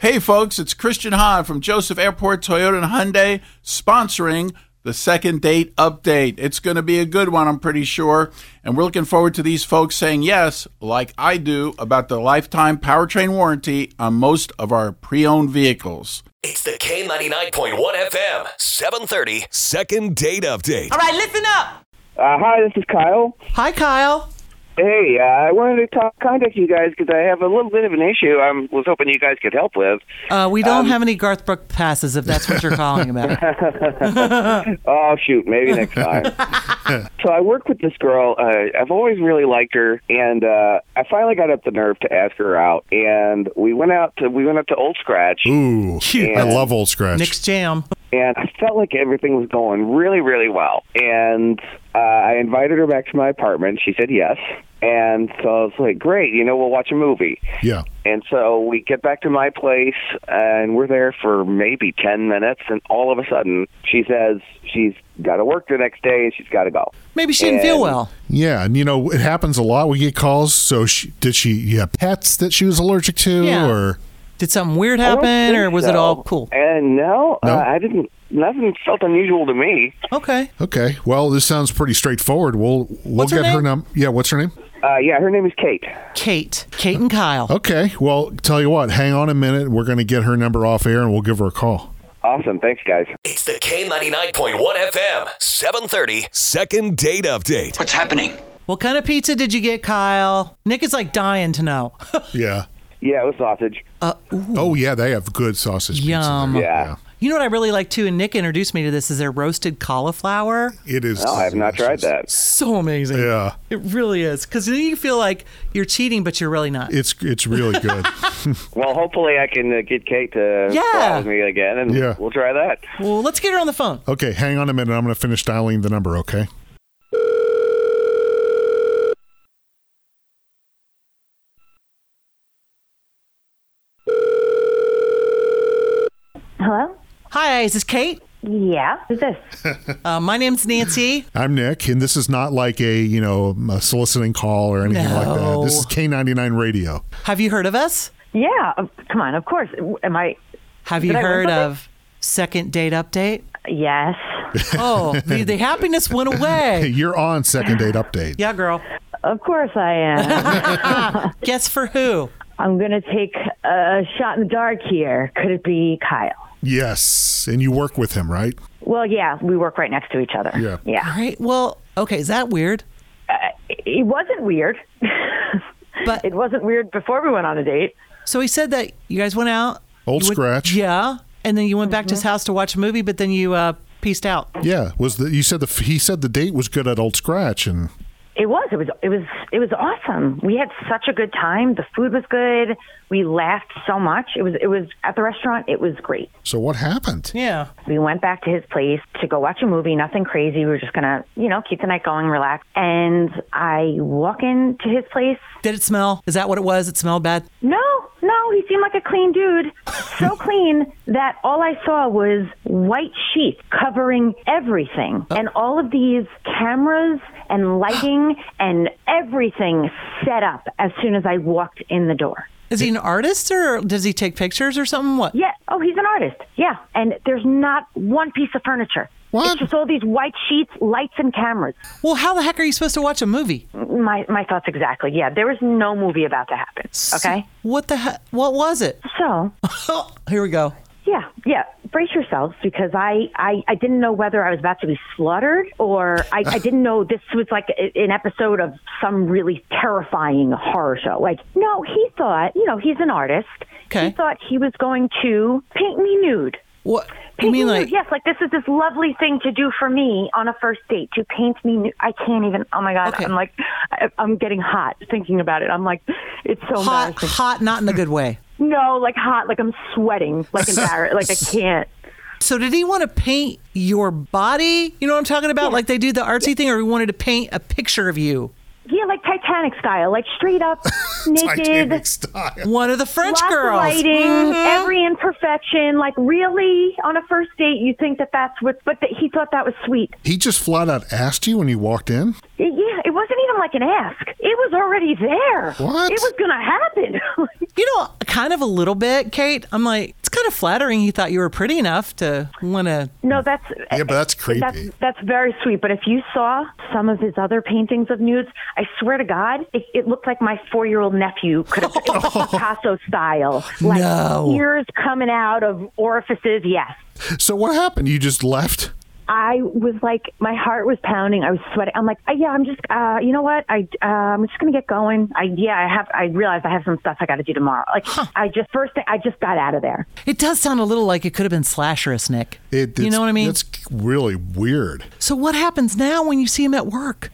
Hey, folks, it's Christian Hahn from Joseph Airport Toyota and Hyundai sponsoring the second date update. It's going to be a good one, I'm pretty sure. And we're looking forward to these folks saying yes, like I do, about the lifetime powertrain warranty on most of our pre owned vehicles. It's the K99.1 FM, 730. Second date update. All right, listen up. Uh, hi, this is Kyle. Hi, Kyle. Hey, uh, I wanted to talk, contact you guys because I have a little bit of an issue I was hoping you guys could help with. Uh, we don't have any Garth Brooks passes, if that's what you're calling about. Oh, shoot, maybe next time. so I work with this girl. Uh, I've always really liked her, and uh, I finally got up the nerve to ask her out. And we went out to we went up to Old Scratch, Ooh, I love Old Scratch. Nick's Jam. and I felt like everything was going really, really well. And uh, I invited her back to my apartment. She said yes, and so I was like, "Great, you know, we'll watch a movie." yeah. And so we get back to my place, and we're there for maybe 10 minutes, and all of a sudden, she says she's got to work the next day and she's got to go. Maybe she didn't feel well. Yeah, and you know it happens a lot. We get calls. So she, did she? Yeah, pets that she was allergic to, Yeah. or Did something weird I don't happen, think or was it so. all cool? And no, No? Uh, I didn't, nothing felt unusual to me. Okay. okay. Well, this sounds pretty straightforward. We'll we'll What's her get her name? num. Yeah, what's her name? Uh, yeah, her name is Kate. Kate. Kate and Kyle. Okay. Well, tell you what. Hang on a minute. We're going to get her number off air, and we'll give her a call. Awesome. Thanks, guys. It's the K99.1 FM, 730. Second date update. What's happening? What kind of pizza did you get, Kyle? Nick is like dying to know. Yeah. Yeah, it was sausage. Oh yeah, they have good sausage. pizza there. Yum. Yeah. You know what I really like too, and Nick introduced me to this, is their roasted cauliflower. Yeah. It is. No, I have not tried that. So amazing. Yeah. It really is. Because then you feel like you're cheating, but you're really not. It's it's really good. Well, hopefully I can uh, get Kate to Yeah. fly with me again, and Yeah. we'll try that. Well, let's get her on the phone. okay, hang on a minute. I'm going to finish dialing the number. Okay. Hello? Hi, is this Kate? Yeah. Who's this? Uh, my name's Nancy. I'm Nick, and this is not like a you know a soliciting call or anything like that. No. This is K99 Radio. Have you heard of us? Yeah. of- Come on. Of course. Am I? Have you Did I win heard something? of Second Date Update? Yes. Oh, the, the happiness went Hey, away. you're on second date update. Yeah, girl. Of course I am. Guess for who? I'm going to take a shot in the dark here. Could it be Kyle? Yes, and you work with him, right? Well, yeah. We work right next to each other. Yeah. All Yeah. right. Well, okay. Is that weird? It wasn't weird. But- it wasn't weird before we went on a date. So he said that you guys went out. Old you went- Scratch. Yeah, and then you went back to his Mm-hmm. house to watch a movie, but then you uh, pieced out. Yeah, was the you said the he said the date was good at Old Scratch, and It was. It was. It was. It was awesome. We had such a good time. The food was good. We laughed so much. It was. It was at the restaurant. It was great. so what happened? Yeah. We went back to his place to go watch a movie, nothing crazy. We were just going to, you know, keep the night going, relax. And I walk into his place. Did it smell? Is that what it was? It smelled bad. No, no, he seemed like a clean dude. So clean that all I saw was white sheets covering everything. And all of these cameras and lighting and everything set up as soon as I walked in the door. Is he an artist or does he take pictures or something? What? Yeah. Oh, he's an artist. Yeah. And there's not one piece of furniture. What? It's just all these white sheets, lights, and cameras. Well, how the heck are you supposed to watch a movie? My my thoughts exactly. Yeah, there was no movie about to happen. Okay, What the heck? What was it? so Oh, here we go. yeah, yeah, brace yourselves because I I, I didn't know whether I was about to be slaughtered or I, I didn't know this was like a, an episode of some really terrifying horror show. Like, no, he thought you know he's an artist. Okay. He thought he was going to paint me nude. What? You Paint mean me like? nude. yes, like this is this lovely thing to do for me on a first date to paint me nude. I can't even. Oh my god, Okay. I'm like, I, I'm getting hot thinking about it. I'm like, it's so hot, embarrassing. hot, not in a good way. No, like hot, like I'm sweating, like embarrassed, like I can't. So did he want to paint your body? You know what I'm talking about? Like they do the artsy thing, or he wanted to paint a picture of you? Yeah, like Titanic style, like straight up naked, Titanic lots style. One of the French of girls. Mm-hmm. lighting, every imperfection. Like really, on a first date, you think that that's what? But that he thought that was sweet. He just flat out asked you when you walked in. Yeah, it wasn't even like an ask. It was already there. What? It was going to happen. You know, kind of a little bit, Kate. I'm like, it's kind of flattering. He thought you were pretty enough to want to. No, that's Yeah, but that's creepy. That's, that's very sweet. But if you saw some of his other paintings of nudes, I swear to God, it, it looked like my four-year-old nephew could have it was Picasso style, like No. ears coming out of orifices. Yes, So what happened? You just left? I was like, my heart was pounding. I was sweating. I'm like, uh, yeah, I'm just, uh, you know what? I, uh, I'm just gonna get going. I, yeah, I have. I realized I have some stuff I got to do tomorrow. Like, I just first thing, I just got out of there. It does sound a little like it could have been slasherous, Nick. It, you know what I mean? That's really weird. So what happens now when you see him at work?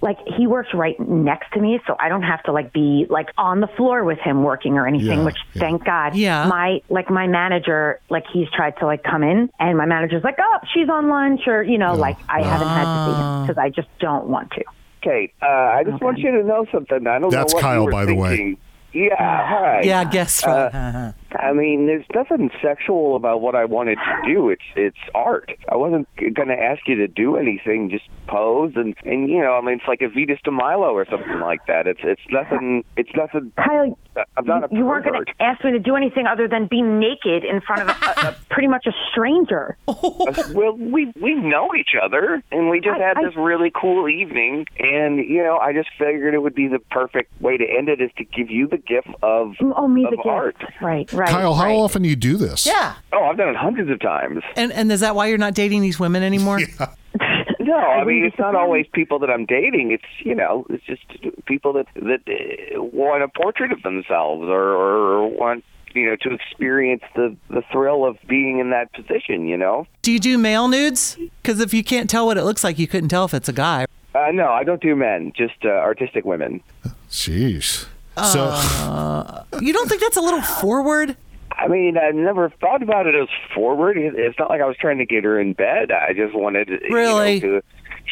like he works right next to me so i don't have to like be like on the floor with him working or anything Yeah, which yeah. thank god Yeah. my like my manager like he's tried to like come in and my manager's like oh she's on lunch or you Oh, know like i haven't had to see him because i just don't want to Kate, uh, I just want you to know something. I don't That's know what Kyle, you were by the way. thinking. Yeah, hi. Yeah, I guess. right. I mean, there's nothing sexual about what I wanted to do. It's it's art. I wasn't going to ask you to do anything. Just pose and and you know, I mean, it's like a Vetus de Milo or something like that. It's it's nothing. It's nothing. Kyle, I'm not a you weren't going pervert. to ask me to do anything other than be naked in front of a, a, pretty much a stranger well, we we know each other, and we just I- had I- this really cool evening, and you know, I just figured it would be the perfect way to end it is to give you the gift of oh me of the gift art. right right Kyle, how right. often do you do this? yeah. Oh, I've done it hundreds of times. And and is that why you're not dating these women anymore? No, I mean wouldn't it's not disagree. always people that I'm dating. It's you know, it's just people that that uh, want a portrait of themselves or, or want you know to experience the the thrill of being in that position. You know, Do you do male nudes? Because if you can't tell what it looks like, you couldn't tell if it's a guy. uh, no, I don't do men, just uh, artistic women. Jeez. So Uh. You don't think that's a little forward? I mean, I've never thought about it as forward. It- It's not like I was trying to get her in bed. I just wanted you know, Really? to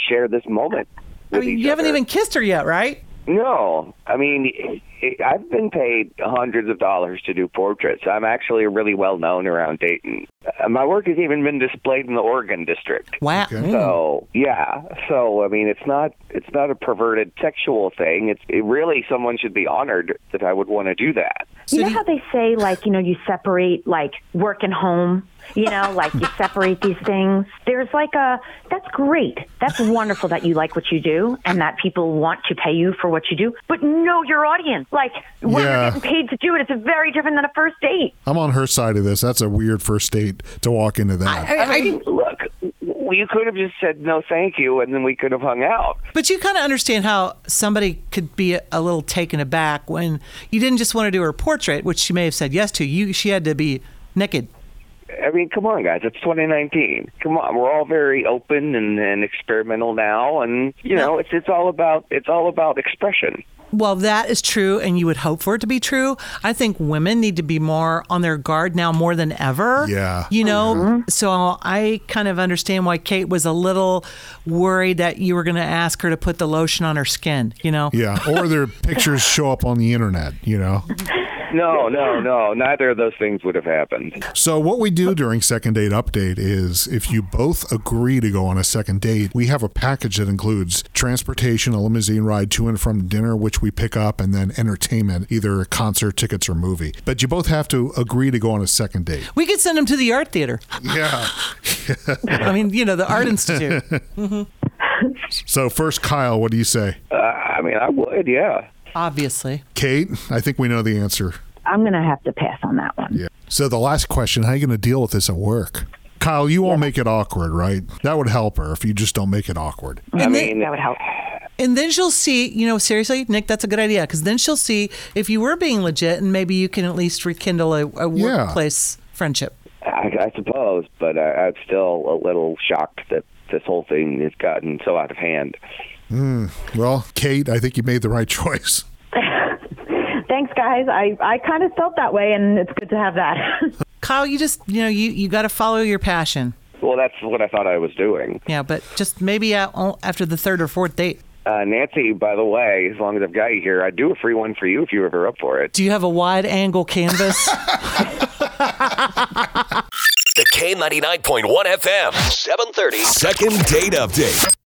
share this moment. I with mean, each you haven't other. even kissed her yet, right? No, I mean, it, I've been paid hundreds of dollars to do portraits. I'm actually really well known around Dayton. Uh, my work has even been displayed in the Oregon district. Wow. Mm-hmm. So yeah, so I mean, it's not it's not a perverted sexual thing. It's it really someone should be honored that I would want to do that. So you know do you- how they say like you know you separate like work and home you know like you separate these things there's like a that's great that's wonderful that you like what you do and that people want to pay you for what you do but know your audience like when Yeah. you're getting paid to do it it's very different than a first date I'm on her side of this. That's a weird first date to walk into that. I- I- Look, w- you could have just said no, thank you, and then we could have hung out. but you kind of understand how somebody could be a, a little taken aback when you didn't just want to do her portrait, which she may have said yes to. You, she had to be naked. I mean, come on, guys. It's 2019. Come on, we're all very open and, and experimental now, and you know, it's it's all about it's all about expression. Well, that is true, and you would hope for it to be true. I think women need to be more on their guard now more than ever. Yeah. You know, so I kind of understand why Kate was a little worried that you were going to ask her to put the lotion on her skin, you know? yeah. Or their pictures show up on the internet, you know. No, no, no. Neither of those things would have happened. So what we do during second date update is if you both agree to go on a second date, we have a package that includes transportation, a limousine ride to and from dinner which we pick up and then entertainment, either concert tickets or movie. But you both have to agree to go on a second date. We could send them to the art theater. Yeah. I mean, you know, the art institute. So first Kyle, what do you say? Uh, I mean, I would, yeah. Obviously. Kate, I think we know the answer. i'm going to have to pass on that one Yeah. So the last question, how are you going to deal with this at work? Kyle, you won't make it awkward, right? That would help her if you just don't make it awkward. I mean, that would help And then she'll see, you know, seriously, Nick, that's a good idea. Because then she'll see if you were being legit and maybe you can at least rekindle a, a Yeah. workplace friendship. I, I suppose, but I, I'm still a little shocked that this whole thing has gotten so out of hand. Well, Kate, I think you made the right choice. thanks guys i i kind of felt that way and it's good to have that Kyle, you just, you know, you, you got to follow your passion. Well, that's what I thought I was doing. Yeah, but just maybe uh, o- after the third or fourth date. Uh, Nancy, by the way, as long as I've got you here, I'd do a free one for you if you were ever up for it. Do you have a wide angle canvas? The K99.1 FM, 730. Second date update.